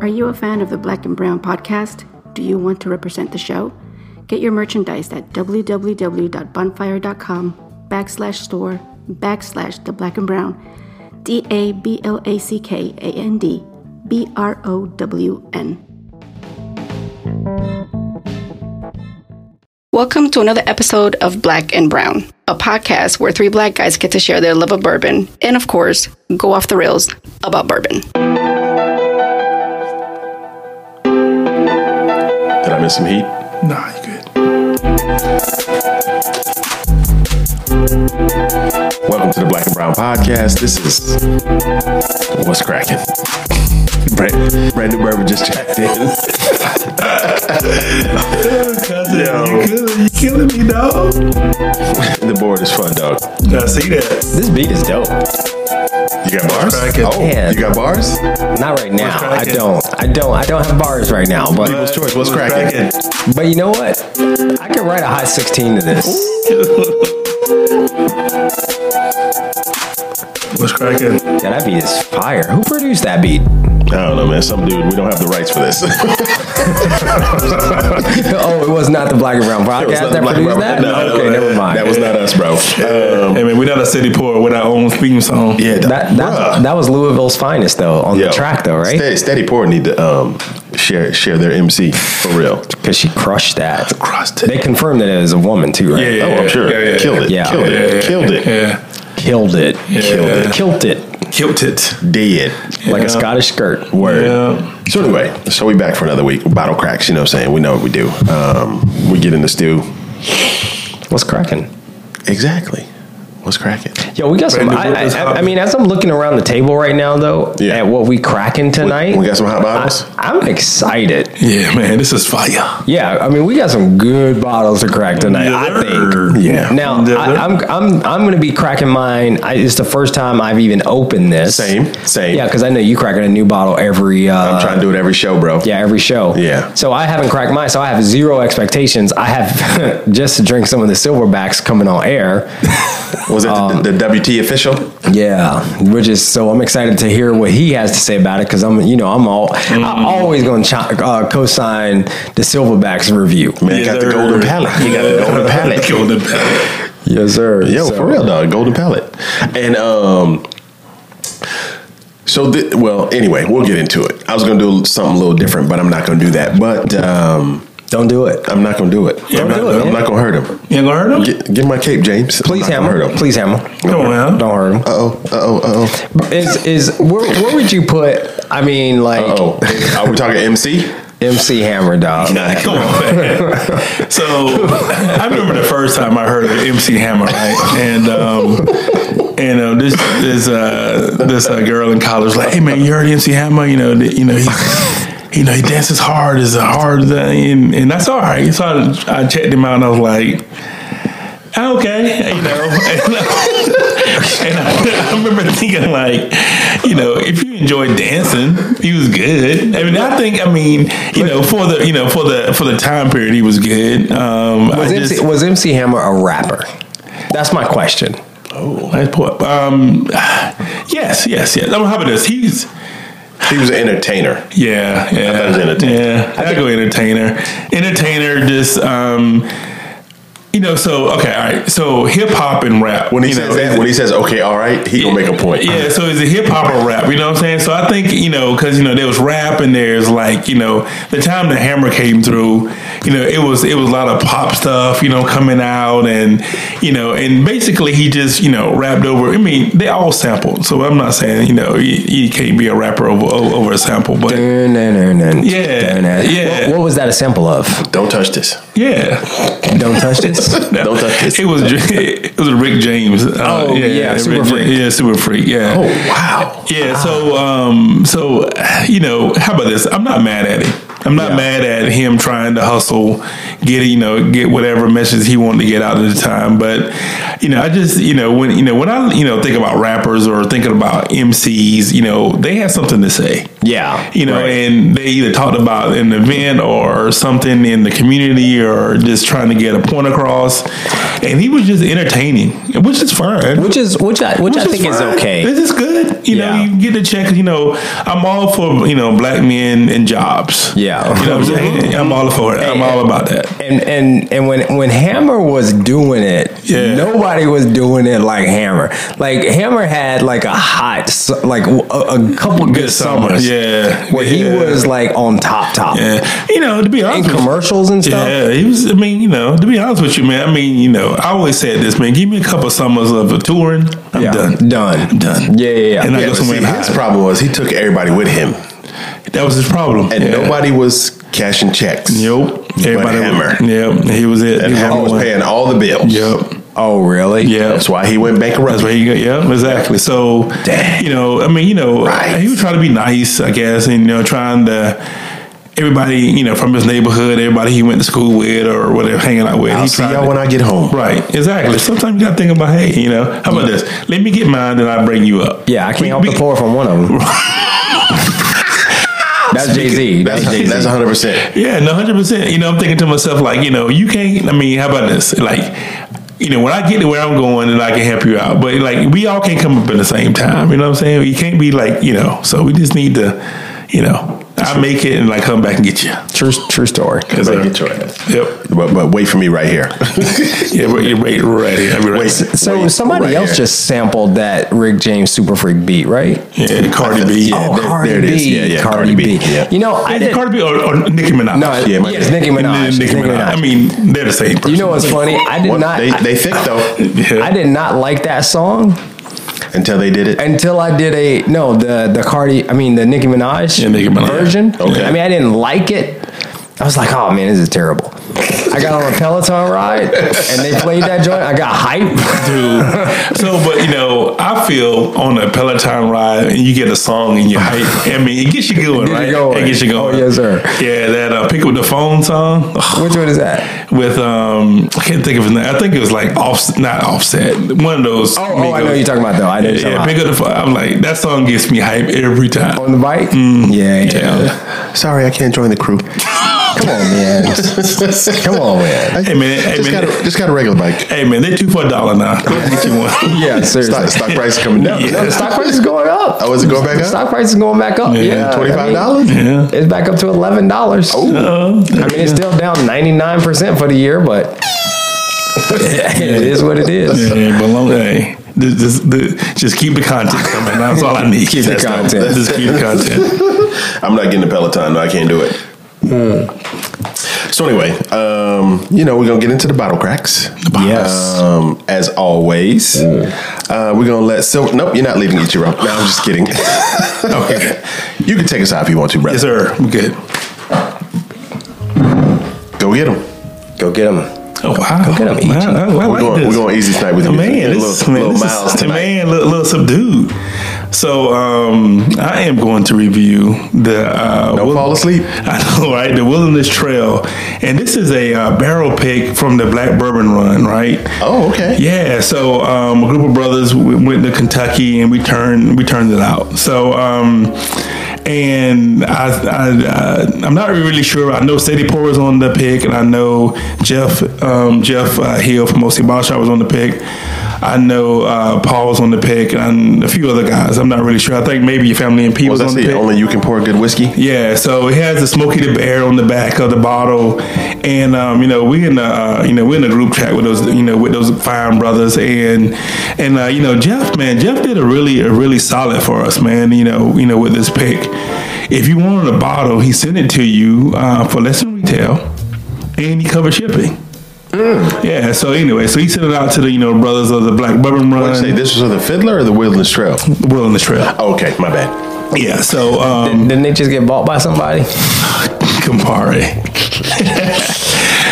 Are you a fan of the Black and Brown podcast? Do you want to represent the show? Get your merchandise at www.bonfire.com backslash store backslash the black and brown D A B L A C K A N D B R O W N. Welcome to another episode of Black and Brown, a podcast where three black guys get to share their love of bourbon and, of course, go off the rails about bourbon. Did I miss some heat? Nah, you good. Welcome to the Black and Brown Podcast. This is what's cracking. Brand, brand new bourbon just checked in. Cousin, Yo. you killing, you killing me, dog. the board is fun, dog. I see that. This beat is dope. You got bars? cracking? Oh, Yeah. you got bars? Not right now. I cracking? don't. I don't. I don't have bars right now. But People's choice. What's cracking? but you know what? I could write a hot sixteen to this. What's cracking? Yeah, that beat is fire. Who produced that beat? I don't know, man. Some dude. We don't have the rights for this. oh, it was not the Black and Brown It was podcast not that Black and produced that. Brown. No, okay, no, never mind. That was not us, bro. Um, Hey man, we not a city poor with our own theme song. yeah, that. That, bruh. that was Louisville's finest though on Yo, the track though, right? Steady, steady poor need to um, share share their MC for real. Because she crushed that. Crossed They confirmed that it was a woman too, right? Yeah, Oh, I'm sure. Yeah, yeah, Killed it. yeah. Killed Yeah, yeah, it. Killed it. Yeah. Killed it. Killed it. Killed it. Killed it. Dead. Like Yeah. a Scottish skirt. Word. Yeah. So anyway, so we back for another week. Bottle cracks, you know what I'm saying? We know what we do. Um, we get in the stew. What's cracking? Exactly. What's cracking? Yo, we got some. Brandon, I, what I, is I, happening? I mean, as I'm looking around the table right now, though, Yeah. at what we cracking tonight, We got some hot bottles? I, am excited. Yeah, man, this is fire. Yeah, I mean, we got some good bottles to crack tonight. I think. Yeah. Now, I, I'm I'm I'm gonna be cracking mine. I, it's the first time I've even opened this. Same, same. Yeah, because I know you cracking a new bottle every. Uh, I'm trying to do it every show, bro. yeah, every show. Yeah. So I haven't cracked mine, so I have zero expectations. I have just to drink some of the silverbacks coming on air. Was it the- the, the WT official? Yeah, which is so I'm excited to hear what he has to say about it because I'm you know I'm all I'm always going to ch- uh, co-sign the Silverbacks review. Man, you got the golden palette. You got the golden palette. golden palette. Yes, sir. Yo, So- for real, dog. Golden palette. And um, so th- well, anyway, we'll get into it. I was gonna do something a little different, but I'm not gonna do that. But um, Don't do it. I'm not gonna do it. I'm, not, do it, I'm man. not gonna hurt him. You ain't gonna hurt him? Get, get my cape, James. I'm Please not gonna hammer. him. Please hammer. Come on, man. Don't hurt him. Uh oh, uh oh, uh oh. Is is where, where would you put? I mean, like Oh, are we talking MC? MC Hammer, dog. Come on, man. So I remember the first time I heard of MC Hammer, right? And um, and uh, this this uh, this uh, girl in college was like, hey man, you heard MC Hammer? You know, the, you know. He, You know he dances hard as a hard as a- and, and that's all right. So I, I checked him out and I was like, okay, you know. And I, and I, I remember thinking like, you know, if you enjoy dancing, he was good. I mean, I think, I mean, you know, for the you know for the for the time period, he was good. Um, Was I MC, just, was MC Hammer a rapper? That's my question. oh, nice point. Um, yes, yes, yes. I'm happy this. He's He was an entertainer. Yeah, yeah. thought it was entertainer. Yeah, I go entertainer. Entertainer, just um, you know. So okay, all right. So hip hop and rap. When he you says know, that, is- when he says okay, all right, he gonna make a point. Yeah, so is it hip hop or rap? You know what I'm saying? So I think, you know, because, you know, there was rap and there's like, you know, the time the hammer came through, you know, it was it was a lot of pop stuff, you know, coming out and, you know, and basically he just, you know, rapped over. I mean, they all sampled. So I'm not saying, you know, you, you can't be a rapper over, over over a sample, but Dun, dun, dun, dun. Yeah, Dun, dun. yeah. What, what was that a sample of? Don't touch this. yeah. Don't touch this. Don't touch this. It was it was Rick James. Uh, Oh, yeah, Super Rick- Freak. Yeah, super freak. Yeah. Oh, wow. Ah. Yeah, so um, so you know, how about this? I'm not mad at it. I'm not Yeah. mad at him trying to hustle, get you know, get whatever message he wanted to get out at the time. But you know, I just you know when you know when I you know think about rappers or thinking about MCs, you know, they have something to say. Yeah, You know, right. and they either talked about an event or something in the community or just trying to get a point across. And he was just entertaining, which is fine. which is which I which, I Which think is fine. okay. This is good. You Yeah. know, you get the check. You know, I'm all for you know black men and jobs. Yeah. you know, what I'm saying I'm all for it. I'm all about that. And and and when when Hammer was doing it, Yeah. nobody was doing it like Hammer. Like Hammer had like a hot, su- like a, a couple good, summers. Yeah, where he yeah. was like on top top Yeah. You know, to be in honest, with- commercials and stuff. Yeah, he was. I mean, you know, to be honest with you, man. I mean, you know, I always said this, man. Give me a couple summers of a touring. I'm Yeah. done. Done. I'm done. Yeah, yeah, yeah. And I Yeah, go But see, somewhere and hide. his problem was he took everybody with him, That was his problem. and Yeah. nobody was cashing checks. Nope. Everybody Everybody. hammer. Yep. He was it. And He Hammer was one. paying all the bills. Yep. Oh really? Yeah. That's why he went bankrupt. That's where you go. Yeah, exactly. So, Dang. you know, I mean, you know, Right. he was trying to be nice, I guess, and you know, trying to everybody, you know, from his neighborhood, everybody he went to school with or whatever, hanging out with. I'll he see tried y'all to- when I get home. Right, exactly. Sometimes you gotta think about, hey, you know, how about this? Let me get mine, then I bring you up. Yeah, I can't We- help we- the poor from one of them. That's Jay Z. That's That's Jay that's Z. 100. percent Yeah, no, hundred percent. You know, I'm thinking to myself like, you know, you can't. I mean, how about this? Like, you know, when I get to where I'm going, and I can help you out. But like, we all can't come up at the same time. You know what I'm saying? You can't be like, you know. So we just need to, you know, I make it and like come back and get you. True, true story. Because I get your ass. Yep. But, but wait for me right here. Yeah, right, right, right. I'll be right. Wait. So Right- somebody right else here. just sampled that Rick James Super Freak beat, right? Yeah, Cardi B. Yeah, oh, there- there it is. Yeah, yeah, Cardi, Cardi B. B, yeah. You know, Oh, I is it did. Cardi B or, or Nicki Minaj? No, yeah, Yeah, my- it's Nicki Minaj. It's Nicki Nicki Minaj. Minaj. I mean, they're the same person. you know what's funny? I did What? not. they, I, they thick though yeah. I did not like that song until they did it. until I did a no the the Cardi. I mean the Nicki Minaj, Yeah, Nicki Minaj. version. Okay. I mean I didn't like it. I was like, oh man, this is terrible. I got on a Peloton ride and they played that joint. I got hype. Dude. So, but you know, I feel on a Peloton ride and you get a song in your I mean, it gets you going, Get you right? going. It gets you going. Oh, yes, sir. Yeah, that uh, pick up the phone song ugh, Which one is that? with um, I can't think of his name. I think it was like off, not offset. One of those. Oh, oh, I know you're talking about though. I know Yeah, you're yeah, talking pick about. up the phone. I'm like that song gets me hype every time. on the bike. Oh, Mm. yeah, yeah. Yeah. Sorry, I can't join the crew. Come on, man. Come on, man. Hey man, hey, just got man. a, just got a regular bike. Hey man, they're two for a dollar now. Get you one. Yeah, seriously. Stock, stock price coming down. Yeah. No, the stock price is going up. Oh, is it going back The up? stock price is going back up. Yeah, I mean, Twenty five dollars. Yeah. It's back up to eleven dollars. I mean, Uh, it's still down ninety nine percent for the year, but it is what it is. Yeah, but long, hey, this, this, this, just keep the content coming. That's all I need. Keep the That's all. content. Just keep the content. I'm not getting a Peloton. I can't do it. So anyway, um, you know we're gonna get into the bottle cracks. Yes. um, as always, uh, we're gonna let Silver. Nope, you're not leaving it, Jerome. No, I'm just kidding. okay, you can take us out if you want to, brother. Yes, sir. I'm good. Go get them. Go get them. Oh wow! Look at Man, him, EG. I, I like We're going, this. we're going easy tonight with the music. man, A this, little, man, little this miles is, tonight. man, little, little subdued. So um, I am going to review the. Uh, Don't Wil- fall asleep. I know, right? The Wilderness Trail, and this is a uh, barrel pick from the Black Bourbon Run, right? Oh, okay. Yeah, so um, a group of brothers we went to Kentucky and we turned we turned it out. So um, and I, I uh, I'm not really sure. I know Sadie Poor was on the pick, and I know Jeff um, Jeff uh, Hill from OC Ball Shop was on the pick. I know uh, Paul was on the pick, and a few other guys. I'm not really sure. I think maybe your family and P Was was, that on the it? pick. Only you can pour good whiskey. Yeah, so it has the Smokey the Bear on the back of the bottle, and um, you know we in the uh, you know we in the group chat with those you know with those fine brothers, and and uh, you know Jeff man Jeff did a really a really solid for us man you know you know with this pick. If you wanted a bottle, he sent it to you uh, for less than retail, and he covered shipping. Mm. Yeah, so anyway, so he sent it out to the you know brothers of the Black Bourbon Run, What you say? This was on the Fiddler or the Wilderness Trail? Will and the Trail. Okay, my bad. Yeah, so um, Didn't they just get bought by somebody? Campari.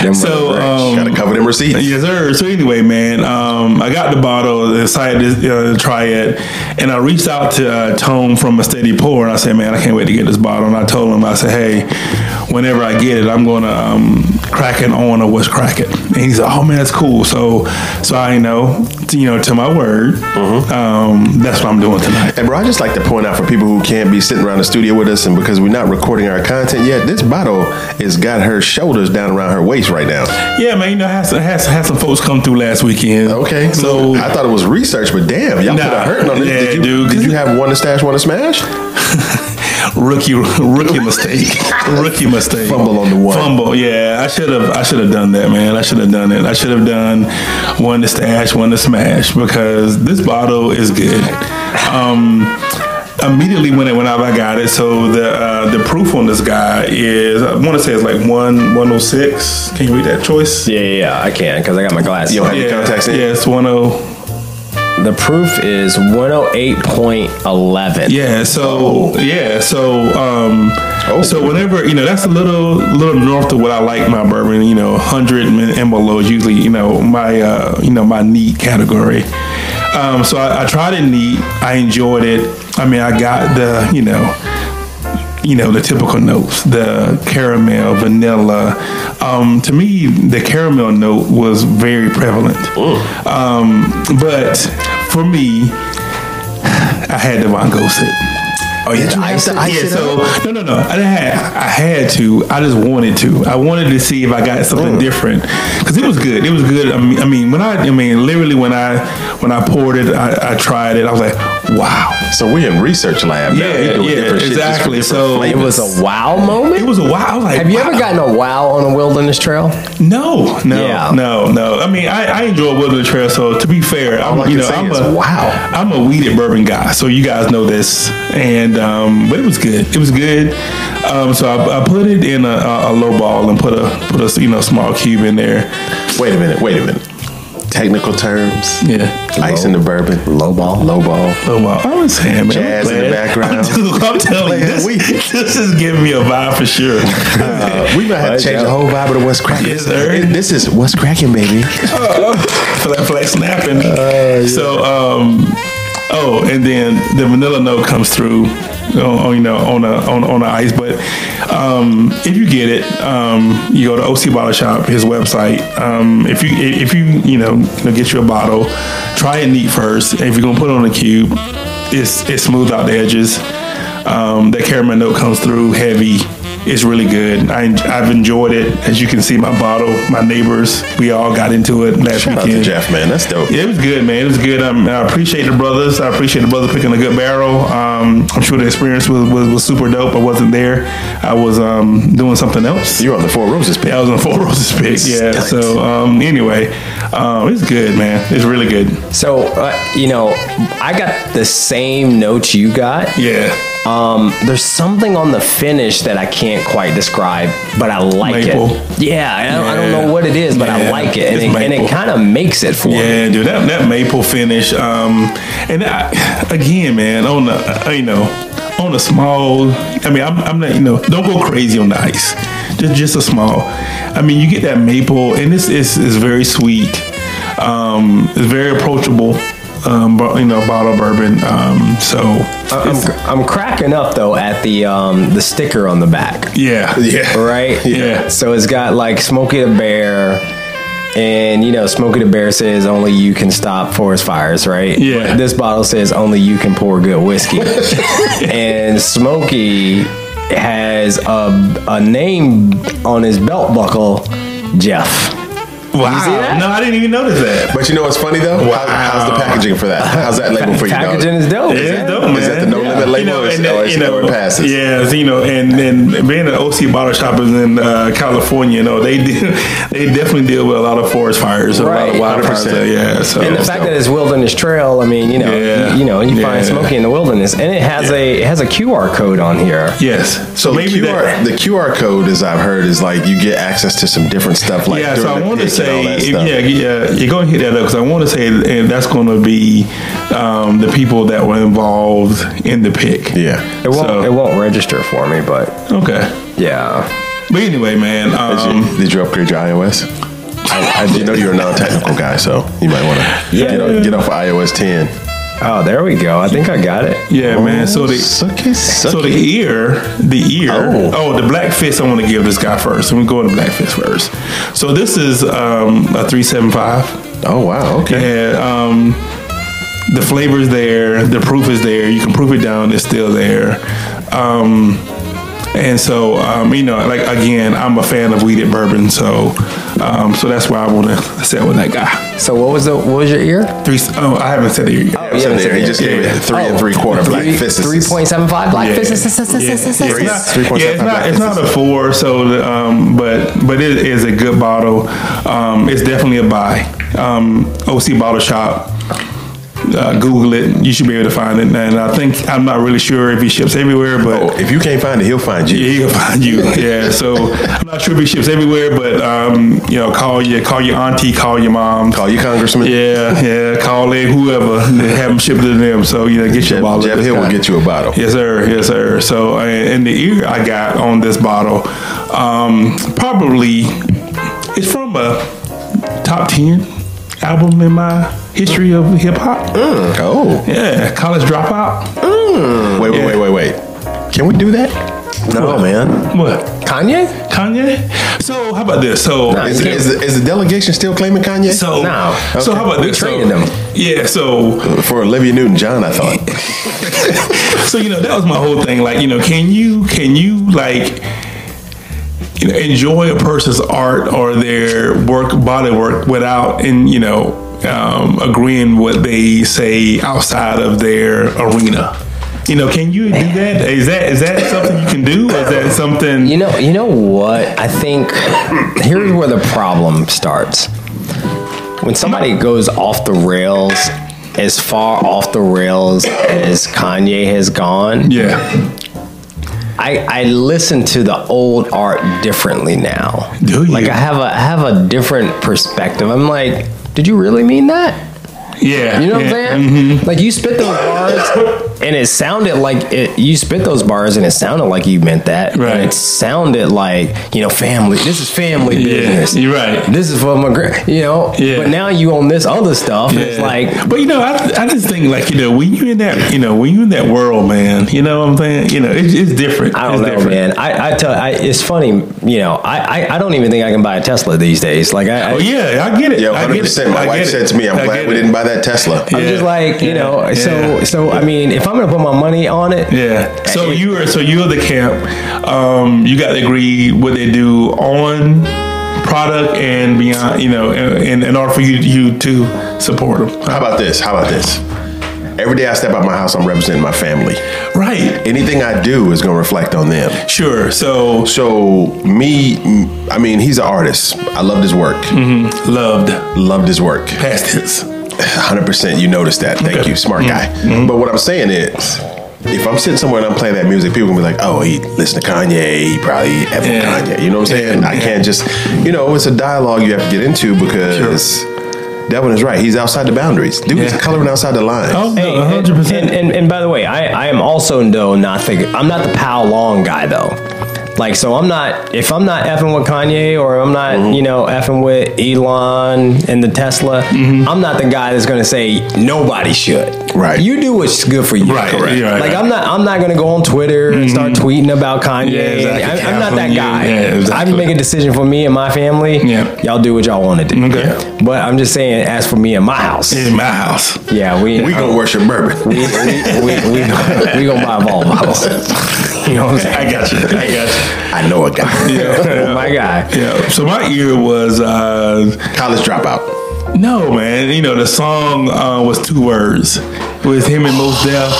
Them So, rubber um, Got to cover them receipts. Yes, sir. So anyway, man, um, I got the bottle, decided to uh, try it, and I reached out to uh, Tone from A Steady Pour, and I said, "Man, I can't wait to get this bottle." And I told him, I said, "Hey, whenever I get it, I'm gonna um, crack it on or what's cracking." And he's like, "Oh man, that's cool." So, so I know, you know, to my word, um, that's what I'm doing tonight. And bro, I just like to point out for people who can't be sitting around the studio with us, and because we're not recording our content yet, this bottle has got her shoulders down around her waist right now. Yeah, man, you know, I had some, had some, had some folks come through last weekend. Okay, so I thought it was research, but damn, y'all put Nah. a hurting on this. Yeah, did, you, dude. did you have one to stash, one to smash? rookie rookie mistake. rookie mistake. Fumble on the one. Fumble. Yeah, I should have. I should have done that, man. I should have done it. I should have done one to stash, one to smash because this bottle is good. Um, immediately when it went out, I got it. So the uh, the proof on this guy is I want to say it's like one one oh six. Can you read that choice? yeah, yeah, yeah, I can because I got my glasses. Yo, on. have your contacts in? yeah, it's one oh. The proof is 108.11. Yeah, so yeah, so um so whenever you know that's a little little north of what I like my bourbon, you know, hundred and below is usually, you know, my uh you know, my neat category. Um so I, I tried it neat, I enjoyed it. I mean I got the, you know, you know the typical notes the caramel vanilla um, to me the caramel note was very prevalent um, but for me i had to von ghost it Oh, yeah, you have to ice yeah, it so no, no, no. I didn't have, I had to. I just wanted to. I wanted to see if I got something different because it was good. It was good. I mean, I mean, when I, I mean, literally when I, when I poured it, I, I tried it. I was like, wow, So we're in research lab. now. yeah, We're doing yeah, different shit just for exactly. different So It was a wow moment. it was a while. I was like, Have you wow. ever gotten a wow on a wilderness trail? No, no, Yeah. no, no. I mean, I, I enjoy Wilderness Trail. So to be fair, I'm I you can know say I'm is, a wow. I'm a weeded bourbon guy. So you guys know this, and um, but it was good. It was good. Um, so I, I put it in a, a, a low ball and put a put a you know small cube in there. Wait a minute. Wait a minute. Technical terms. Yeah. Ice in the bourbon. Low ball. Low ball. Oh wow! I was saying, man, Jazz I'm in the glad. background. Dude, I'm telling you, this, this is giving me a vibe for sure. Uh, we might have to change the whole vibe of the West Cracking. Yes, sir. This is West Cracking, baby. for that flex snapping. So, um, oh, and then the vanilla note comes through, on, on, you know, on a on, on the ice. But um, if you get it, um, you go to OC Bottle Shop, his website. Um, if you if you you know you know, get you a bottle, try it neat first. If you're gonna put it on a cube, it's it's smooth out the edges. Um, that caramel note comes through heavy. It's really good. I, I've enjoyed it. As you can see, my bottle, my neighbors, we all got into it last Shout out weekend. to Jeff, man. That's dope. Yeah, it was good, man. It was good. Um, I appreciate the brothers. I appreciate the brothers picking a good barrel. Um, I'm sure the experience was, was, was super dope. I wasn't there. I was um, doing something else. You're on the Four Roses Yeah, pit. I was on Four Roses pick. Yeah. So um, anyway, um, it's good, man. It's really good. So, uh, you know, I got the same notes you got. Yeah. Um, there's something on the finish that I can't quite describe, but I like Maple. it. Yeah, I don't, I don't Yeah. know what it is, but I Yeah, like it, and it's it, and maple. it kind of makes it for me. Yeah, dude, that, that maple finish. Um, and I, again, man, on the uh, you know, on a small. I mean, I'm, I'm not you know, don't go crazy on the ice. Just just a small. I mean, you get that maple, and this is is very sweet. Um, it's very approachable. Um, bo- you know, bottle bourbon. Um, so I'm, I'm cracking up though at the um, the sticker on the back, yeah, yeah, right? Yeah. So it's got like Smokey the Bear, and you know Smokey the Bear says only you can stop forest fires, right? Yeah. This bottle says only you can pour good whiskey, and Smokey has a a name on his belt buckle, Jeff. Wow. see that? No, I didn't even notice that. But you know what's funny though? How- how's the packaging for that? How's that label for you? dog? Packaging is dope. It is yeah. dope, man. Is that the no limit label or is- and, or is it where it passes? Yeah, you know, and and being an OC bottle shop is in uh, California, you know, they do, they definitely deal with a lot of forest fires, a Right. lot of wildfires. 100%. uh, Yeah, so And the fact that it's wilderness trail, I mean, you know, Yeah. you, you know, you find Yeah. Smokey in the wilderness, and it has a it has a QR code on here. yes, So so maybe the QR that. the QR code, as I've heard, is like you get access to some different stuff. Like yeah, so during I the want to pick and all say, that if- stuff. yeah, yeah, you're going to hit that up because I want to say and that's going to be um, the people that were involved in the pick. yeah. It won't So- it won't register for me, but Okay. yeah, But anyway, man. Um, Did you, did you upgrade your iOS? I, I did know you're a non-technical guy, so you might want to Yeah. get, off- get off of iOS 10. Oh, there we go. I think I got it. yeah, man. So the suck it, suck so the E- it. ear, the ear. Oh. Oh. the black fist. I want to give this guy first. I'm going to black fist first. So this is um, a three seven five. Oh wow, okay. And um, the flavor's there, the proof is there. You can proof it down; it's still there. Um, and so, um, you know, like again, I'm a fan of weeded bourbon, so um, so that's why I want to set with that guy. So what was the what was your ear? Three. Oh, I haven't said it yet. Yeah, it's yeah, in it's there. in He there. just gave Yeah, it yeah. three and three quarter black fists. Oh, Three point seven five black Yeah. fists. Yeah, it's Three not, point yeah, seven five it's not, black it's not a fifths. four, so um, but but it is a good bottle. Um, it's definitely a buy. Um, OC Bottle Shop. Uh, Google it. You should be able to find it. And I think I'm not really sure if he ships everywhere, but Oh, if you can't find it, he'll find you. yeah, he'll find you. Yeah. So I'm not sure if he ships everywhere, but um, you know, call your call your auntie, call your mom, Call you congressman. yeah, yeah, call in whoever, and have them shipped to them. So you know, get your Jeff, bottle. Jeff Hill will get you a bottle. Yes, sir. Yes, sir. So, and the ear I got on this bottle, um, probably it's from a top ten album in my history of hip hop. Mm. Oh, Yeah, College Dropout. wait, wait, wait, wait, wait. Can we do that? No, man. What Kanye? Kanye? So how about this? So Is, is, the- is the delegation still claiming Kanye? so No. so Okay. how about We this? traded so, them. Yeah. So For Olivia Newton-John, I thought. so you know that was my whole thing like you know can you can you like you know, enjoy a person's art or their work body work without and you know um, agreeing what they say outside of their arena you know can you do that is that is that something you can do or is that something You know, you know what? I think here's where the problem starts. When somebody goes off the rails, as far off the rails as Kanye has gone, yeah I, I listen to the old art differently now. Do you? Like I have a I have a different perspective. I'm like, did you really mean that? yeah You know what I'm yeah. Mm-hmm. saying? Like you spit those bars, and it sounded like it. You spit those bars, and it sounded like you meant that. Right. And it sounded like you know family. This is family business. you're right. This is for my grand. You know. Yeah. But now you own this other stuff. and It's Mm, Yeah. like. but you know, I, I just think like you know when you in that you know when you in that world, man. You know what I'm saying? You know, it's, it's different. I don't it's know, different. man. I, I tell I, it's funny, you know. I, I, I don't even think I can buy a Tesla these days. Like I, I- Oh yeah, I get it. Yeah, I get 100. it. percent My I wife get it. said to me, "I'm I glad get we it. didn't buy that Tesla." I'm Yeah. just like you know. Yeah. So so I mean, if I'm gonna put my money on it, Yeah. So you are so you're the camp. Um, you got to agree what they do on product and beyond. You know, and and in order for you you to support them. How about this? How about this? Every day I step out my house, I'm representing my family. Right. Anything I do is going to reflect on them. Sure. So So me, m- I mean, he's an artist. I loved his work. Mm-hmm. loved Loved his work. past tense. 100%. You noticed that. Thank Okay. you, smart guy. But what I'm saying is. If I'm sitting somewhere and I'm playing that music, people gonna be like, "Oh, he listened to Kanye. He probably ever Yeah. Kanye." You know what I'm saying? I can't just, you know, it's a dialogue you have to get into because Devin is right. He's outside the boundaries. Dude, he's Yeah. coloring outside the lines. Oh Hey, no, and, hundred and, percent. and, and by the way, I, I am also no not the I'm not the Pow Long guy though. Like so, I'm not if I'm not effing with Kanye or I'm not Mm-hmm. you know effing with Elon and the Tesla. Mm-hmm. I'm not the guy that's gonna say nobody should. Right. You do what's good for you. Right, Correct. yeah, right, like right. I'm not I'm not gonna go on Twitter and start tweeting about Kanye. Yeah, exactly. I, am not that Yeah, guy. yeah, I exactly. can make a decision for me and my family. Yeah. Y'all do what y'all want to do. Okay. But I'm just saying, as for me and my house, In my house. yeah, we We gonna worship bourbon. we, we, we, we, gonna- we gonna buy a Volvo. you know what I'm saying? I got you. I got you. I know a guy. Oh my God. Yeah. So my ear was uh, College dropout. no man. You know the song uh, was two words with him and Mos Def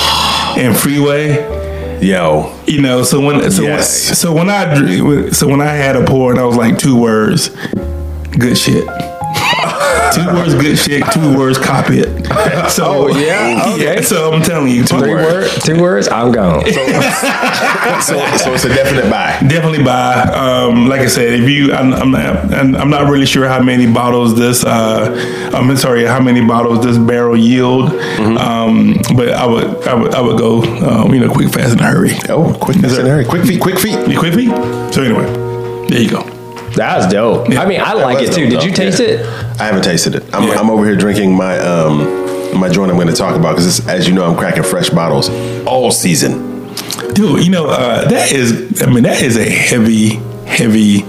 and Freeway. Yo, You know, so when so Yes. when, so when I dr- so when I had a pour and I was like two words, good shit. two words, good shit. Two words, copy it. So Oh, yeah? Okay. So I'm telling you, two Three words. word, two words. I'm gone. so, so it's a definite buy. Definitely buy. Um, like I said, if you, I'm, I'm not, and I'm not really sure how many bottles this. Uh, I'm sorry, how many bottles this barrel yield. Mm-hmm. Um, but I would, I would, I would go. Um, you know, quick, fast, and hurry. Oh, quick, quick feet, quick feet. You quick feet? So anyway, There you go. That was dope. Yeah. I mean, I like it was too. dope, Did though. you taste Yeah. it? I haven't tasted it. I'm, Yeah. I'm over here drinking my um my joint. I'm going to talk about because as you know, I'm cracking fresh bottles all season. Dude, you know, uh, that is, I mean, that is a heavy, heavy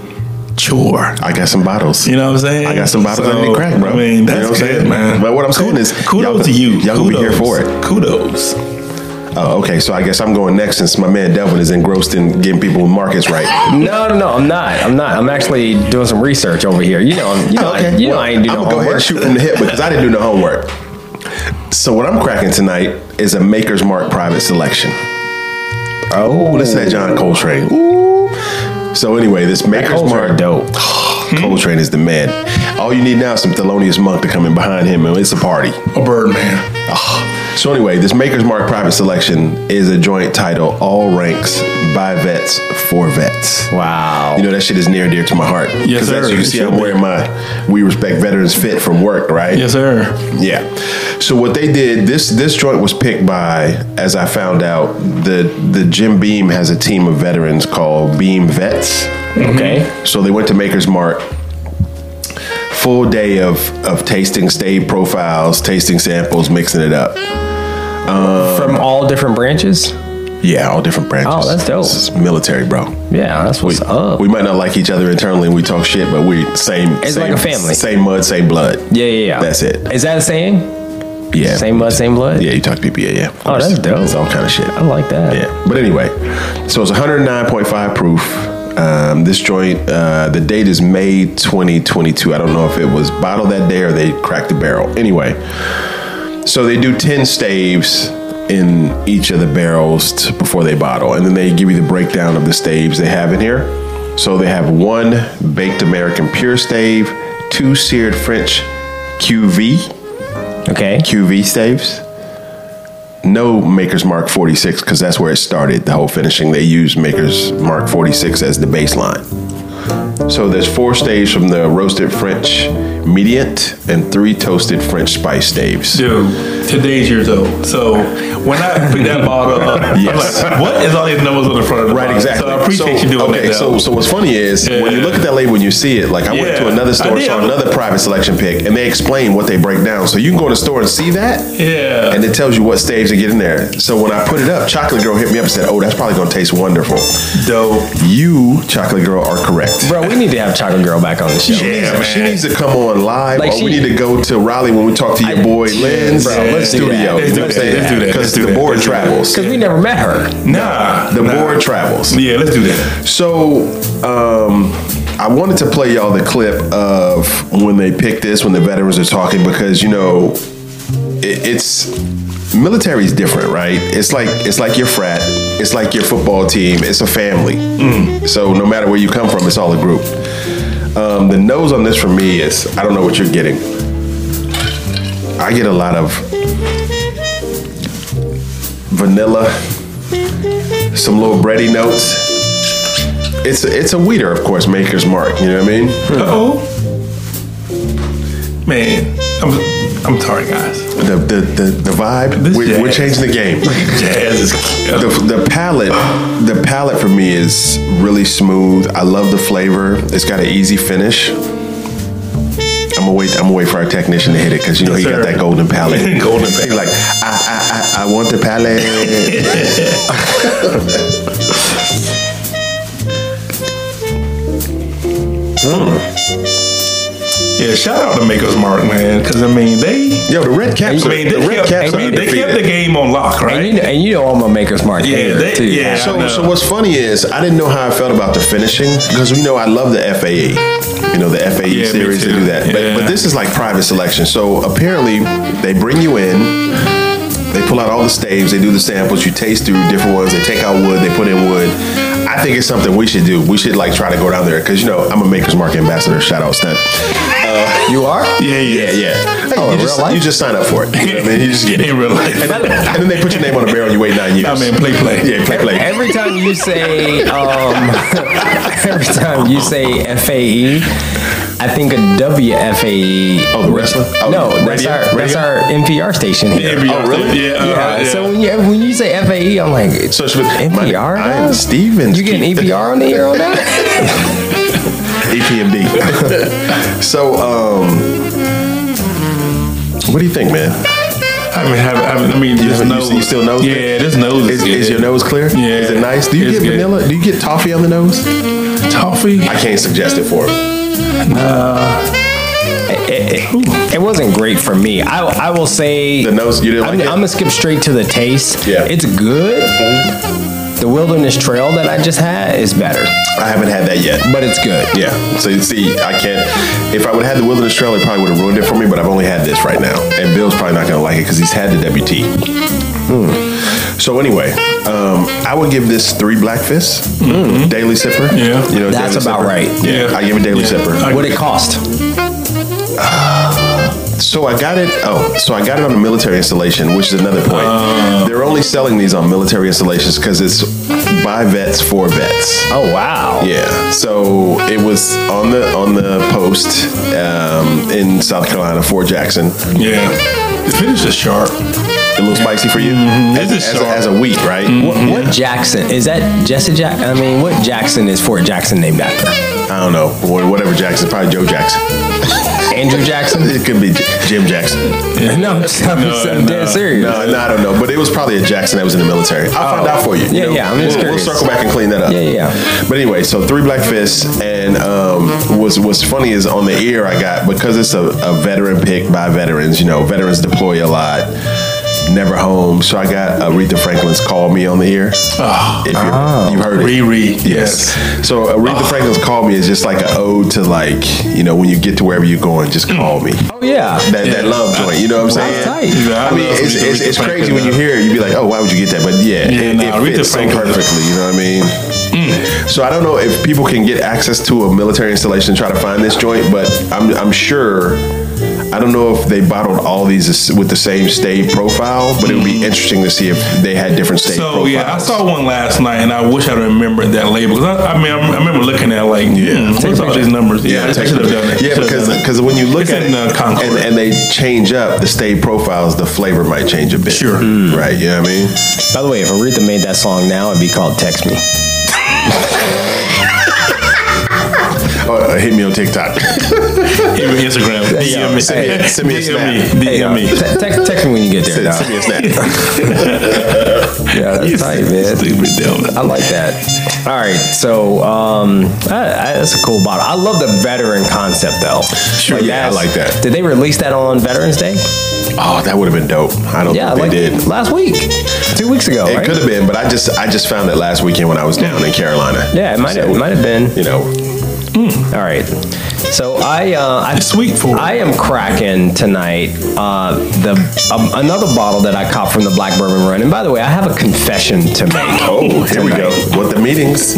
chore. I got some bottles. You know what I'm saying? I got some bottles So, I need to crack, bro. I mean, that's you know what I'm good, saying? man. But what I'm saying is, kudos y'all- to you. Y'all kudos. gonna be here for it. Kudos. Oh, okay. So I guess I'm going next since my man Devin is engrossed in getting people markets right. No, no, no. I'm not. I'm not. I'm actually doing some research over here. You know, you know, you know I ain't doing I'm no gonna go ahead and homework. shoot from the hip because I didn't do no homework. So what I'm cracking tonight is a Maker's Mark Private Selection. Oh, listen to that John Coltrane. Ooh. So anyway, this Maker's Coltrane Mark dope. Coltrane is the man. All you need now is some Thelonious Monk to come in behind him, and it's a party. A bird man. Ah. So anyway, this Maker's Mark Private Selection is a joint title, all ranks by vets for vets. Wow. You know that shit is near and dear to my heart. Yes, 'Cause sir. As you It can see, should I'm be. wearing my "We Respect Veterans" fit from work, right? Yes, sir. Yeah. So what they did this this joint was picked by, as I found out, the the Jim Beam has a team of veterans called Beam Vets. Okay. So they went to Maker's Mark. Full day of of tasting stave profiles, tasting samples, mixing it up. From all different branches. Yeah, all different branches. Oh, that's dope. This is military, bro. Yeah, that's what's up. We might not like each other internally and we talk shit, but we same. It's same- like a family. Same mud, same blood. yeah, yeah, yeah. That's it. Is that a saying? Yeah. Same blood, same blood. Yeah, you talk to PPA. Yeah. of Oh, course. that's dope. It's all kind of shit. I like that. Yeah. But anyway, so it's 109.5 proof. Um, this joint, uh, the date is May 2022. I don't know if it was bottled that day or they cracked the barrel. Anyway, so they do 10 staves in each of the barrels t- before they bottle. And then they give you the breakdown of the staves they have in here. So they have one baked American pure stave, two seared French QV. Okay. QV staves. No Maker's Mark 46 because that's where it started. The whole finishing they used Maker's Mark 46 as the baseline. So there's four staves from the roasted French mediant and three toasted French spice staves. Dude, today's years old. So when I pick that bottle up, Yes. I'm like, what is all these numbers on the front of the Right, bottle? exactly. So I appreciate So, you doing okay, that. so though. so what's funny is when you Yeah. look at that label and you see it, like I went to Yeah, another store, I and saw did. another private selection pick, and they explain what they break down. So you can go in the store and see that. yeah. and it tells you what stage to get in there. So when I put it up, Chocolate Girl hit me up and said, "Oh, that's probably gonna taste wonderful." dope. You, Chocolate Girl, are correct. Bro, we need to have Chocolate Girl back on the show. She needs- Yeah, she man. needs to come on live, Like or she- we need to go to Raleigh when we talk to your I- boy Lens Bro, let's do studio. you that. Let's do know what I'm that. Let's do saying? that. Let's Because do the that. board Let's do that. travels. Because we never met her. Nah. The nah. board travels. Yeah, let's do that. So, um, I wanted to play y'all the clip of when they picked this, when the veterans are talking, because you know, it, it's military is different, right? It's like it's like your frat, it's like your football team, it's a family. So no matter where you come from, it's all a group. Um, the nose on this for me is I don't know what you're getting. I get a lot of vanilla, some little bready notes. It's a, it's a weeder, of course, Maker's Mark. You know what I mean? Oh. Man, I'm, I'm sorry, guys. The the the, the vibe. This we're, we're jazz. changing the game. Jazz is. The, the palette, the palette for me is really smooth. I love the flavor. It's got an easy finish. I'm gonna wait. I'm gonna wait for our technician to hit it because you know he Yes, got sir. that golden palette. Golden He's like, I, I I I want the palette. Yeah, shout out to Maker's Mark, man. Because, I mean, they. Yo, the red caps. I Are, mean, the they, red kept, caps. they, Are they kept the undefeated. game on lock, And right? you know, and you know I'm a Maker Smart Yeah, hater, they- too. yeah. So, No. so what's funny is I didn't know how I felt about the finishing because we know I love the FAE. You know the FAE Yeah, me series to too. do that, Yeah. but, but this is like private selection. So apparently they bring you in, they pull out all the staves, they do the samples, you taste through different ones, they take out wood, they put in wood. I think it's something we should do. We should like try to go down there because you know I'm a Maker's Mark ambassador. Shout out Stunt. Uh, You are? yeah, yeah. Yeah, yeah. Hey, Oh, in you, real just, life? you just sign up for it. You know what I mean? You just get it. In real life. And then, and then they put your name on a barrel. You wait nine years. Nah, man, play, play. Yeah, play, play. Every time you say, um, every time you say FAE, I think a WFAE. Oh, the wrestler? Oh, no, radio? that's our that's Radio? our NPR station here. Every- Oh, really? Yeah. uh, yeah, yeah. So when you when you say FAE, I'm like, So it's with NPR. I am guys? Stevens. You getting EPR on the air on that? EPMD. so, um, what do you think, man? I mean, have, I mean, I mean this you- nose. you still nose Yeah, it? this nose Is, is, is your good. nose clear? Yeah. Is it nice? Do you It's get good. vanilla? Do you get toffee on the nose? toffee? I can't suggest it for him. It wasn't great for me. I, I will say The nose, you didn't I'm, like it? I'm gonna skip straight to the taste. Yeah. it's good. The wilderness trail that I just had is better, I haven't had that yet. but it's good. Yeah. So you see, I can't. If I would have had the Wilderness Trail, it probably would have ruined it for me. But I've only had this right now, and Bill's probably not gonna like it because he's had the WT. So anyway, um, I would give this three black fists. Daily sipper. Mm-hmm. Yeah. You know, That's daily about sipper. right. Yeah. I give it daily Yeah. sipper. I- What it cost? So I got it. Oh, so I got it on a military installation, which is another point. Oh. They're only selling these on military installations because it's by vets for vets. Oh wow. Yeah. So it was on the on the post um, in South Carolina, Fort Jackson. yeah. The finish is sharp. A little spicy for you. As, It's as, sharp. a, as a wheat, right? What, what Jackson is that? Jesse Jack? I mean, what Jackson is Fort Jackson named after? I don't know. Wha- Whatever Jackson, probably Joe Jackson. Andrew Jackson? It could be J- Jim Jackson. no, I'm, I'm no, dead serious. No, no, I don't know. But it was probably a Jackson that was in the military. I'll find out for you. you Oh. Yeah, know? yeah, I'm just we'll, we'll curious. circle back and clean that up. Yeah, yeah. But anyway, so three black fists, and um, what's what's funny is on the ear I got because it's a, a veteran pick by veterans. You know, veterans deploy a lot, never home. So I got Aretha Franklin's "Call Me" on the ear. Oh, If you, Ah. you've heard it, Riri. Yes. So Aretha Franklin's "Call Me" is just like an ode to like you know when you get to wherever you're going, just call me. Oh yeah. That, that Yeah. love joint, you know what I'm saying? tight. Yeah, I mean, love it's, Aretha it's, it's Franklin, crazy when you though. hear it, you'd be like, oh, why would you get that? But yeah, Yeah, it, nah, it Aretha fits so Franklin Mm. is- perfectly, you know what I mean? So I don't know if people can get access to a military installation to try to find this joint, but I'm, I'm sure, I don't know if they bottled all these with the same stave profile, but it would be interesting to see if they had different stave Mm. So profiles. yeah, I saw one last night, and I wish I remembered that label. 'Cause I, I mean, I, I remember looking at like, yeah, what's all these numbers? Yeah, I take- should have done it. Yeah, Should've because done it. because when you look It's at in, it uh, Concord. and, and they change up the state profiles, the flavor might change a bit. Sure. right? You know what I mean? By the way, if Aretha made that song now, it'd be called "Text Me." Oh, uh, hit me on TikTok. Even Instagram, DM me, Send me- send me a DM snap. me, Hey, DM uh, me. te- text, text me when you get there. Send- dog. send me a snap. Yeah, that's tight, man. Stupid dumb. I like that. All right, so um, I, I, that's a cool bottle. I love the veteran concept though. Sure, yeah, I like that. Did they release that on Veterans Day? Oh, that would have been dope. I don't Yeah, think like they did. last week, two weeks ago, It right? could have been, but I just I just found it last weekend when I was down in Carolina. Yeah, it might have, it might have been. You know, All right, so I uh, I It's sweet for I am cracking tonight. Uh, the um, another bottle that I caught from the Black Bourbon Run, and by the way, I have a confession to make. oh, here we go. What the meetings?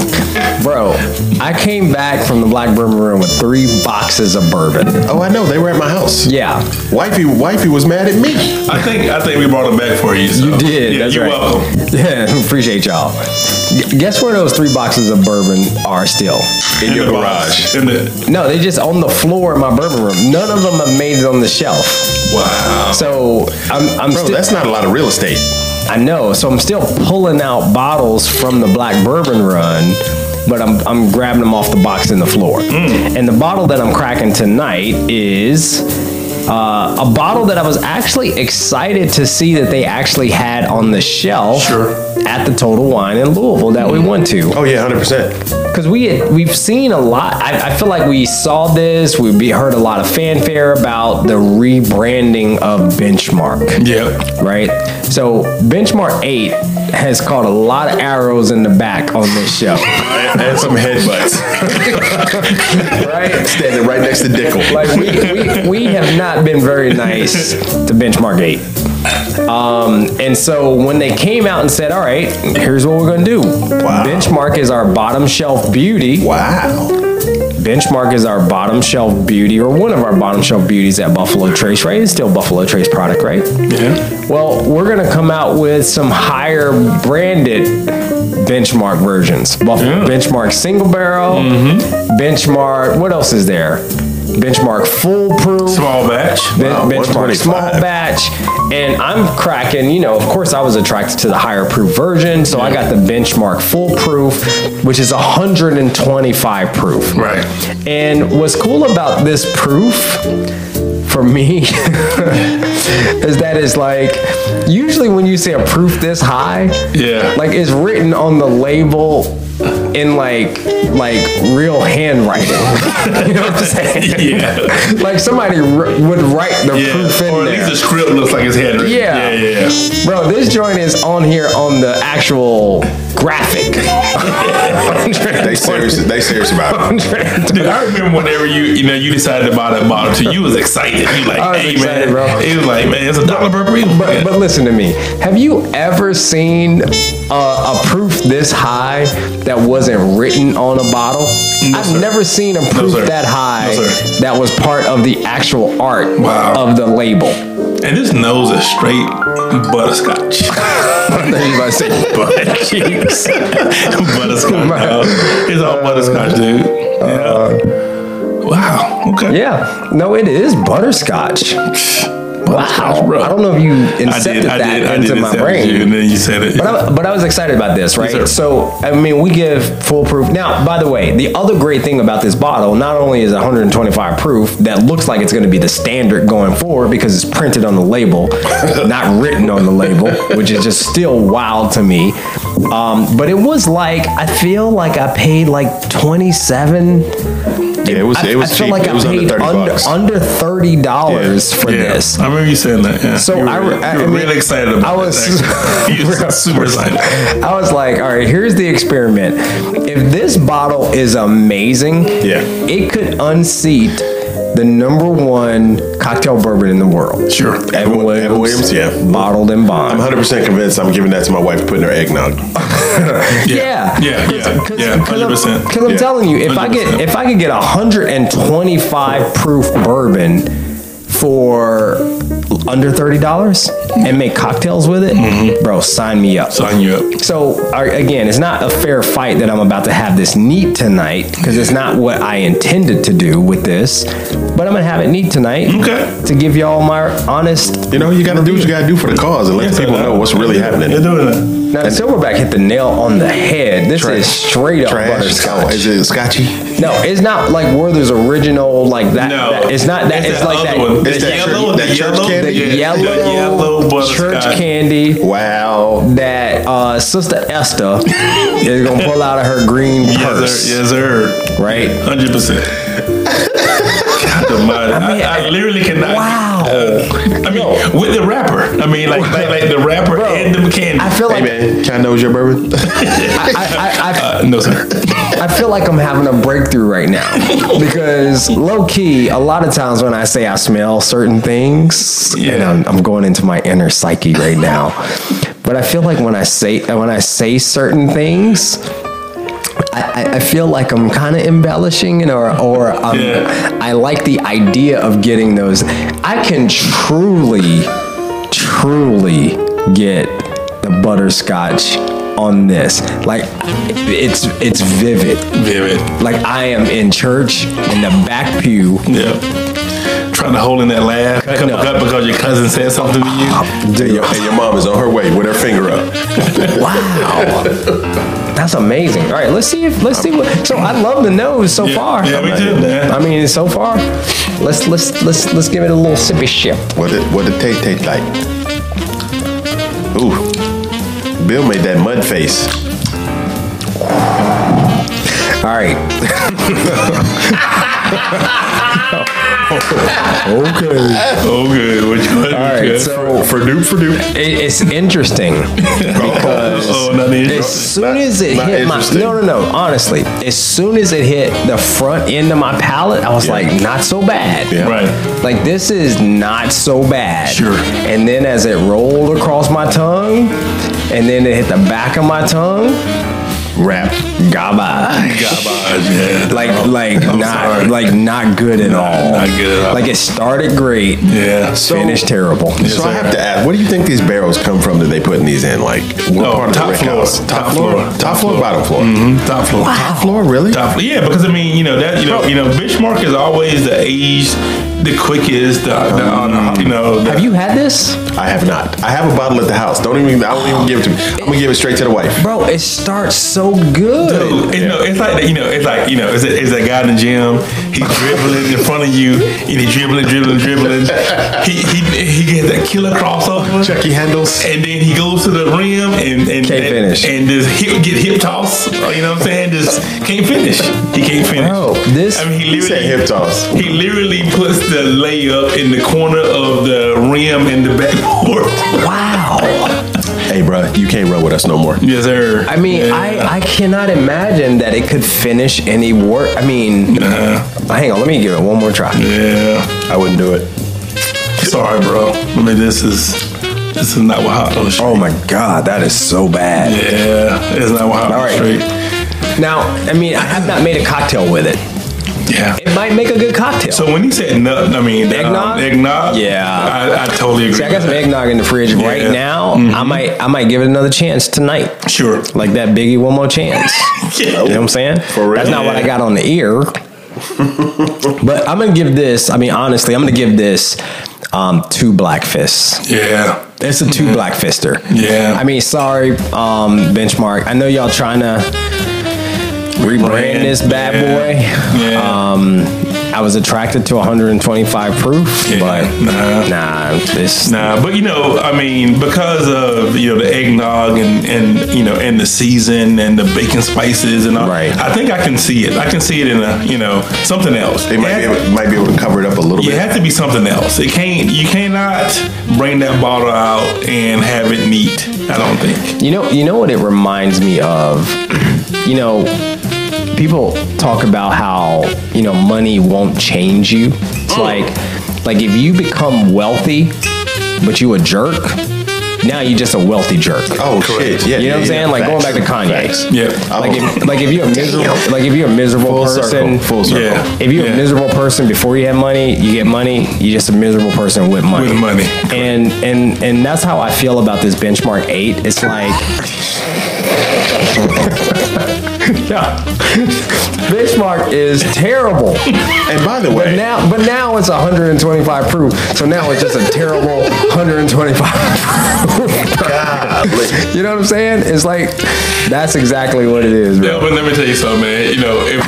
Bro, I came back from the Black Bourbon Room with three boxes of bourbon. Oh, I know they were at my house. Yeah. wifey, wifey was mad at me. I think I think we brought it back for you. So. You did. Yeah, that's you're right. welcome. Yeah, appreciate y'all. G- guess where those three boxes of bourbon are still? In, your the garage. box. In the No, they just on the floor in my bourbon room. None of them have made it on the shelf. wow. So I'm, I'm Bro, still, Oh, that's not a lot of real estate. I know. So I'm still pulling out bottles from the Black Bourbon Run, but I'm, I'm grabbing them off the box in the floor. Mm. And the bottle that I'm cracking tonight is uh, a bottle that I was actually excited to see that they actually had on the shelf Sure. at the Total Wine in Louisville that we went to Oh yeah, hundred percent. because we had, we've seen a lot. I, I feel like we saw this. We be heard a lot of fanfare about the rebranding of Benchmark, Yep. right? So Benchmark Eight has caught a lot of arrows in the back on this show, and, and some headbutts. right? Standing right next to Dickel. Like we, we, we have not been very nice to Benchmark Eight. Um, and so when they came out and said, "All right, here's what we're gonna do," Benchmark is our bottom shelf beauty. wow. Benchmark is our bottom shelf beauty, or one of our bottom shelf beauties at Buffalo Trace, right? It's still Buffalo Trace product, right? Yeah. Well, we're gonna come out with some higher branded benchmark versions. Buffalo Yeah. Mm-hmm. Benchmark single barrel, benchmark. What else is there? benchmark foolproof. Small batch. Ben- Wow, benchmark 125. small batch and i'm cracking you know of course i was attracted to the higher proof version so i got the benchmark full proof which is 125 proof Right. and what's cool about this proof for me is that it's like usually when you say a proof this high Yeah. like it's written on the label in like like real handwriting you know what i'm saying yeah. like somebody r- would write the Yeah, proof in or at there. least the script looks like it's handwritten. Yeah. yeah, yeah. Bro, this joint is on here on the actual graphic. They serious. They serious about it. Dude, I remember whenever you you know you decided to buy that bottle too. You was excited. You like, I was hey excited, man, bro. it was like, man, it's a dollar per breather. But, but listen to me. Have you ever seen a, a proof this high that wasn't written on a bottle? I've sir. never seen a proof sir. that high No, sir. that was part of the actual art Wow. of the label. and this nose is straight butterscotch. Butt cheeks. butterscotch. dog. It's all butterscotch, dude. Yeah. wow. Okay. Uh, Yeah. No, it is butterscotch. Butterscotch, bro. I don't know if you I incepted did. I that did. I into did. my accept brain. You, and then you said it. But I, but I was excited about this, right? sir. so, I mean, we give foolproof. Now, by the way, the other great thing about this bottle, not only is it 125 proof, that looks like it's going to be the standard going forward because it's printed on the label, not written on the label, which is just still wild to me. Um, but it was like, I feel like I paid like 27 Yeah, it was. I, It was I cheap. feel like it I was paid under thirty under, bucks. under $30 for yeah, this. I remember you saying that. Yeah. So you were, I- I- you were I mean, really excited about I was- it. actually. You were super excited. I was like, all right, here's the experiment. If this bottle is amazing, Yeah. it could unseat the number one cocktail bourbon in the world. Sure. Evan Williams, Evan Williams, yeah. bottled and I'm bond. 100 percent convinced. I'm giving that to my wife to put in her eggnog. yeah, Yeah, yeah, yeah, Because 100%. I'm Yeah. telling you, if I get 100%. if I could get 125 proof bourbon for under thirty dollars and make cocktails with it, Mm-hmm. bro, sign me up. Sign you up. So I- again, it's not a fair fight that I'm about to have this neat tonight because it's not what I intended to do with this. But I'm gonna have it neat tonight Okay. to give y'all my honest. You know, you got to do what you got to do for the cause and let the people know what's really You're happening. doing it. Now Silverback hit the nail on the head. This Trash. is straight up Trash. Oh, butterscotch. is it scotchy? No, it's not like Werther's original like that. No, that- it's not that. It's, like other that. One. It's the that yellow, church- that the church yellow, candy? The yeah, yellow, the yellow church butterscotch. candy. Wow. That uh, sister Esther is gonna pull out of her green purse, Yes, Uh, sir. Yes, sir. right? Hundred percent. God almighty. I, mean, I, literally cannot. wow. Uh, I mean, with the rapper. I mean, like, like, like the rapper Bro, and the candy. I feel Hey like man, can I know it's your bourbon? I, I, I, uh, no, sir. I feel like I'm having a breakthrough right now because low key, a lot of times when I say I smell certain things, and Yeah. I'm, I'm going into my inner psyche right now. But I feel like when I say when I say certain things, I, I- I feel like I'm kind of embellishing, and or or I'm, Yeah. I like the idea of getting those. I can truly, truly get the butterscotch on this. Like it's it's vivid. Vivid. Like I am in church in the back pew. Yeah. Trying to hold in that laugh cup, up. cup because your cousin said something to you. Ah, and, your, and your mom is on her way with her finger up. Wow, that's amazing. All right, let's see if let's see what. So I love the nose so Yeah, far. yeah, me too, man. I mean, so far, let's let's let's let's give it a little sippy sip. What did what did taste taste like? Ooh, Bill made that mud face. All right. okay. Oh, good. What you gonna do? All right. kid? So For dupe, for dupe. it, it's interesting. oh, not the intro. As soon as it not hit my interesting. no no no honestly, as soon as it hit the front end of my palate, I was like, not so bad. Yeah. Right. Like this is not so bad. Sure. And then as it rolled across my tongue, and then it hit the back of my tongue, rap garbage. Garbage, yeah. Like No, like I'm not sorry. like not good at all. not good at all. Like it started great, yeah. So- finished terrible. So I sir. have to ask, where do you think these barrels come from that they putting these in? Like what Oh, part of the top rec floor. house? Top floor. top floor, bottom floor, Mhm, Top floor. top floor, really? Top- Yeah, because I mean, you know that you know you know benchmark is always the age, the quickest, the, the Um, uh, you know. The, Have you had this? I have not. I have a bottle at the house. Don't even. I don't even give it to me. I'm gonna give it straight to the wife. Bro, it starts so good. Dude, you know, it's like that, you know, it's like you know, it's, a, it's that guy in the gym. He's dribbling in front of you, and he's dribbling, dribbling, dribbling. He he he gets that killer crossover, Chucky handles. and then he goes to the rim and and Can't and, finish. and just hip, get hip toss. You know what I'm saying? Just can't finish. He can't finish. Bro, this- I mean, He he said literally hip toss. He literally puts the layup in the corner of the rim in the backboard. Wow. Hey, bro, you can't run with us no more. yes, sir. I mean, I, I cannot imagine that it could finish any worse. I mean, hang on, let me give it one more try. Uh, yeah. I wouldn't do it. Sorry, bro. I mean, this is this is not what hot oh, Oh my god, that is so bad. Yeah, it's not what hot All right. straight. Now, I mean, I have not made a cocktail with it. Yeah. It might make a good cocktail. So when he said nut, I mean the, Eggnog? um, eggnog. Yeah. I, I totally agree. See, I got with some that. eggnog in the fridge right Yeah. now. I might, I might give it another chance tonight. Sure. Like that Biggie, one more chance. You know what I'm saying? For real? That's not what I Yeah. got on the ear. but I'm gonna give this. I mean, honestly, I'm gonna give this um, two black fists. Yeah. It's a 2 black fister. Yeah. I mean, sorry, um, benchmark. I know y'all trying to rebrand this bad Yeah. boy. Yeah. Um, I was attracted to 125 proof, Yeah. but Nah. nah, it's Nah, but you know, I mean, because of you know the eggnog and and you know and the season and the bacon spices and all, Right. I think I can see it. I can see it in a you know something else. They might be able, might be able to cover it up a little You have to be something else. It can't. You cannot bring that bottle out and have it neat. I don't think. You know, you know what it reminds me of. You know, people talk about how you know money won't change you. Mm. It's like, like if you become wealthy, but you a jerk, now you just a wealthy jerk. bit. Oh shit! Yeah, You know what I'm saying? Like going back to Kanye. Yeah. Like if, like if you're a miserable, like if you're a miserable full person, circle, full circle. Yeah. if you're Yeah. a miserable person before you have money, you get money. You're just a miserable person with money. With money. And and and that's how I feel about this benchmark eight. It's like. Yeah. benchmark is terrible. And by the But way, now, but now it's 125 proof. So now it's just a terrible 125 proof. golly. You know what I'm saying? It's like that's exactly what it is, Yeah, bro. but let me tell you something, man. You know, if,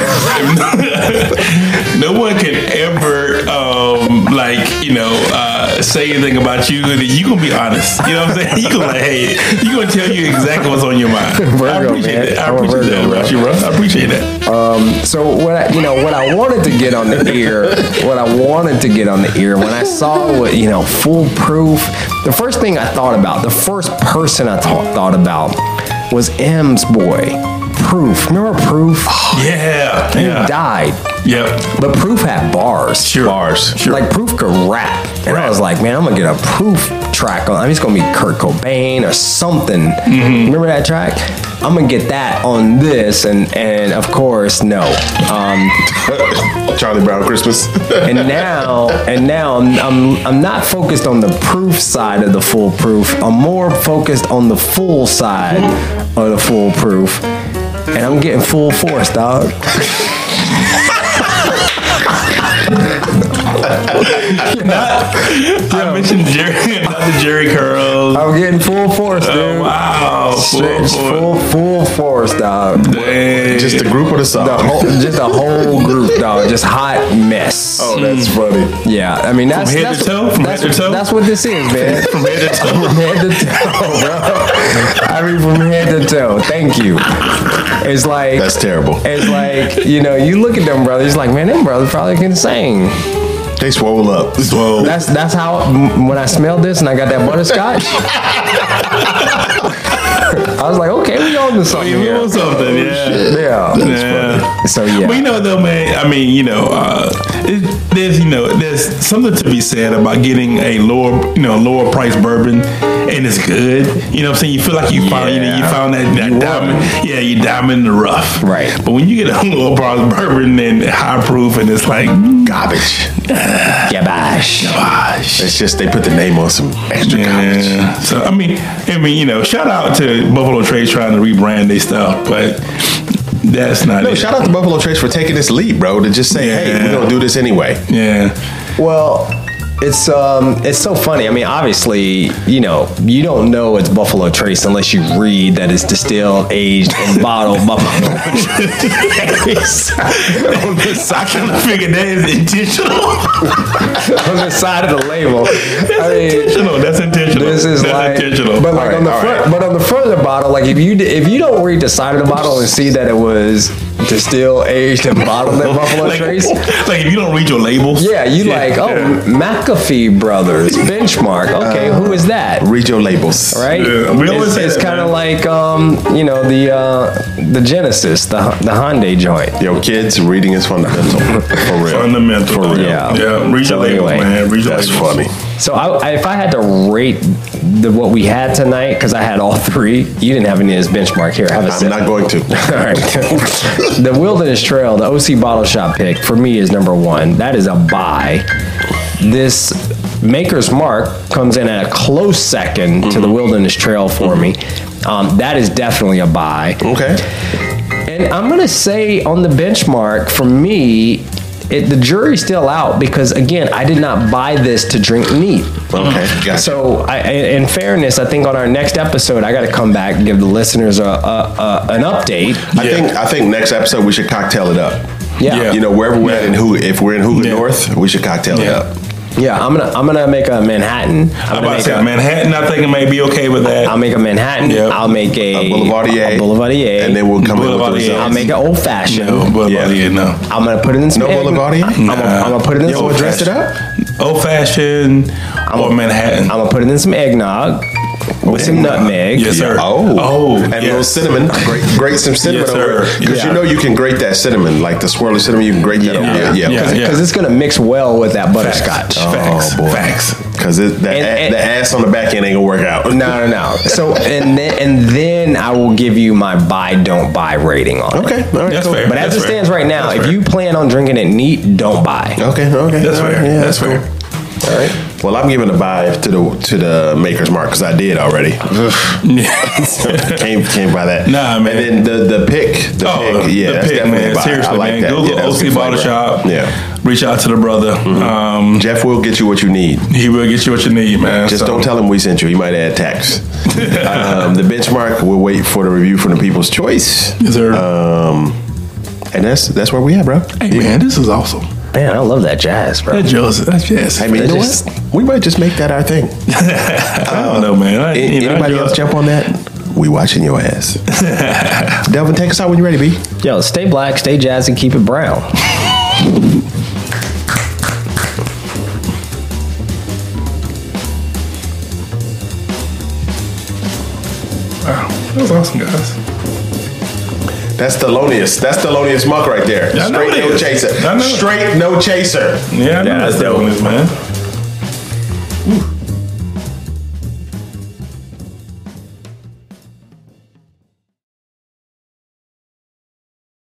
if no one can ever, um, like, you know, uh, say anything about you, then you gonna be honest. You know what I'm saying? You gonna like, hey, you gonna tell you exactly what's on your mind. I Virgo, appreciate man. that. I I'm a appreciate Virgo, that bro. about you, bro. I appreciate that. So what I, you know, what I wanted to get on the ear, what I wanted to get on the ear, when I saw what you know, foolproof. The first thing I thought about, the first person I thought thought about, was M's boy, Proof. Remember Proof? Yeah, He Oh, yeah, died, yep. but Proof had bars. Sure. Bars. Sure. Like Proof could rap, and I was like, man, I'm gonna get a Proof track on. I mean, it's gonna be Kurt Cobain or something. Mm-hmm. Remember that track? I'm gonna get that on this, and and of course, no. Um, Charlie Brown Christmas. and now, and now, I'm, I'm I'm not focused on the proof side of the foolproof. I'm more focused on the full side of the foolproof, and I'm getting full force, dog. I mentioned Jerry, not the Jerry curls. I'm getting full force, dude. Oh, wow, Straight- full, full, full force, dog. Dang. Just the group or the song? The whole, just a whole group, dog. Just hot mess. oh, that's funny. Yeah, I mean that's head that's, to toe? From that's, head to toe? that's what this is, man. From head to toe. From head to toe, Oh, bro. I mean from head to toe. Thank you. It's like That's terrible. it's like you know you look at them brothers like man them brothers probably can sing. They swole up. Swole. That's that's how m- when I smelled this and I got that butterscotch. I was like, okay, we on to something Oh, We here. want something, yeah. Yeah. Yeah. So, yeah. We know though, man. I mean, you know, uh, it, there's you know, there's something to be said about getting a lower, you know, lower price bourbon, and it's good. You know, what I'm saying you feel like you found, you, know, you Yeah. found that, that You diamond. Yeah, you diamond in the rough. Right. But when you get a lower price bourbon and high proof, and it's like, Garbage. Gabash. gosh. It's just they put the name on some extra garbage. Yeah. So I mean, I mean, you know, shout out to Buffalo Trace trying to rebrand their stuff, but that's not No, it. shout out to Buffalo Trace for taking this leap, bro. To just say, hey, Yeah. we're gonna do this anyway. yeah. Well, it's um, it's so funny. I mean, obviously, you know, you don't know it's Buffalo Trace unless you read that it's distilled, aged, and bottled Buffalo Trace on the side. I kind of figured that is intentional. on the side of the label. I mean, intentional. That's intentional. This is That's like, intentional. but like Alright, on the alright. front, but on the front of the bottle, like if you d- if you don't read the side of the bottle and see that it was distilled, aged, and bottled at Buffalo like, Trace, like if you don't read your labels, yeah, you like oh yeah. McAfee Brothers Benchmark. Okay, Uh, who is that? Read your labels. right? Yeah, we always it's say that, kind of man. like um, you know the uh, the Genesis, the the Hyundai joint. Yo, kids, reading is fundamental. For real. fundamental. For real. Yeah. yeah. Read So your labels, anyway, man. Read your That's labels. funny. So I, I, if I had to rate the, what we had tonight, because I had all three, you didn't have any of this benchmark here. Have a I'm sip. not going to. all right. the Wilderness Trail, the OC Bottle Shop pick for me is number one. That is a buy. This Maker's Mark comes in at a close 2nd to Mm-hmm. the Wilderness Trail for me. Um, that is definitely a buy. Okay. And I'm gonna say on the benchmark for me, it, the jury's still out because again, I did not buy this to drink neat. Okay. Gotcha. So, I, in in fairness, I think on our next episode, I got to come back and give the listeners a, a, a an update. I think I think next episode we should cocktail it up. Yeah. Yeah. You know, wherever we're at in who if we're in Hoover Yeah. North, we should cocktail it Yeah. up. Yeah, I'm gonna I'm gonna make a Manhattan. I'm I'm about gonna to make say a, Manhattan. I think it may be okay with that. I'll make a Manhattan. Yep. I'll make a, A Boulevardier. a Boulevardier. And then we'll come in with the Boulevardier. I'll results. make an old fashioned. no, but Yeah. yeah, no. I'm gonna put it in some No egg. Boulevardier? I'm, gonna, Nah. I'm gonna put it in Yo, some we'll dress Dress it up. Old fashioned or Manhattan. I'm gonna put it in some eggnog with some nutmeg. Yes, sir. Oh. Oh, And a little yes. cinnamon. Grate, grate some cinnamon Yes, over sir. it. Because Yeah. you know you can grate that cinnamon, like the swirly cinnamon, you can grate that Yeah. over it. Yeah. Yeah. okay. Yeah. because it's gonna mix well with that Facts. Oh, butterscotch. Facts. boy. Facts. Cause it, the, And- a- and- the ass on the back end ain't gonna work out. No, no, no. So and then and then I will give you my buy don't buy rating on it. Okay, all right. That's cool. fair. But as That's it fair. stands right now, That's if fair. you plan on drinking it neat, don't buy. Okay, okay. That's all right, fair. yeah, That's cool. fair. All right. Well, I'm giving a buy to the to the maker's mark because I did already. came came by that. Nah, man. And then the the pick, the Oh, pick, yeah, the that's pick, definitely man. a buy. I Seriously, like man. that. Google yeah, that was OC good Bottle flavor. Shop. Yeah. Mm-hmm. Reach out to the brother. Um, Jeff will get you what you need. he will get you what you need, man. Just So- don't tell him we sent you. He might add tax. um, the benchmark. We'll wait for the review from the People's Choice. Yes, sir. Um, and that's that's where we at, bro. Hey, man, this is awesome. Man, I love that jazz, bro. That jazz, that jazz. I mean, you know just- what? We might just make that our thing. I don't know, man. I, A- you know, Anybody I else just- jump on that? We watching your ass. Delvin, take us out when you're ready, B. Yo, stay black, stay jazz, and keep it brown. Wow, that was awesome, guys. That's Thelonious. That's Thelonious Monk right there. I know Straight it no is. chaser. I know it. Straight no chaser. Yeah, I know that's that's that dope. one is, man. Ooh.